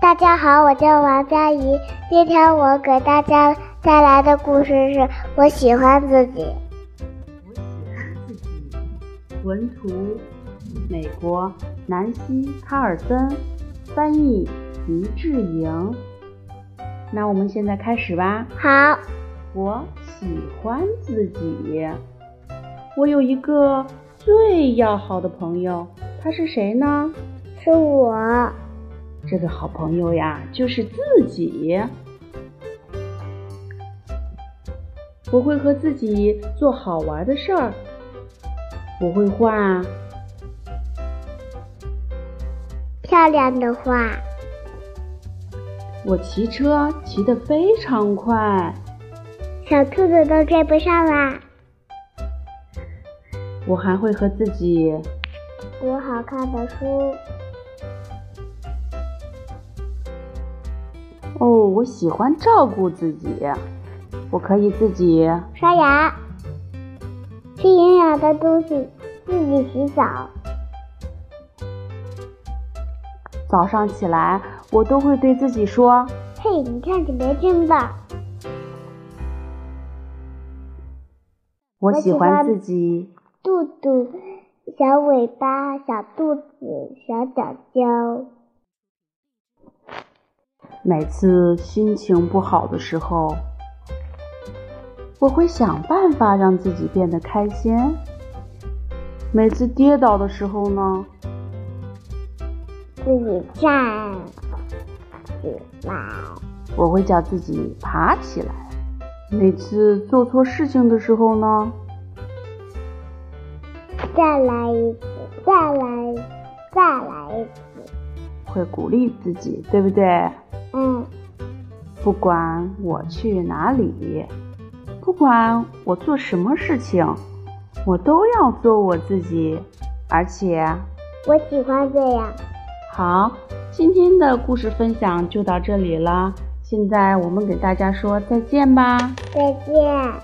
大家好，我叫王佳怡。今天我给大家带来的故事是《我喜欢自己》。我喜欢自己。文图：美国南希·卡尔森，翻译：黎智莹。那我们现在开始吧。好，我喜欢自己。我有一个最要好的朋友，他是谁呢？是我。这个好朋友呀，就是自己。我会和自己做好玩的事儿，我会画漂亮的画，我骑车骑得非常快，小兔子都追不上啊啦。我还会和自己读好看的书，哦，我喜欢照顾自己，我可以自己刷牙，吃营养的东西，自己洗澡。早上起来，我都会对自己说，嘿，你看起来真棒！我喜喜欢欢自己。肚肚、小尾巴、小肚子、小脚脚。每次心情不好的时候，我会想办法让自己变得开心。每次跌倒的时候呢，自己站起来，我会叫自己爬起来。每次做错事情的时候呢，再来一次，再来，再来一次。会鼓励自己，对不对？嗯，不管我去哪里，不管我做什么事情，我都要做我自己，而且我喜欢这样。好，今天的故事分享就到这里了。现在我们给大家说再见吧。再见。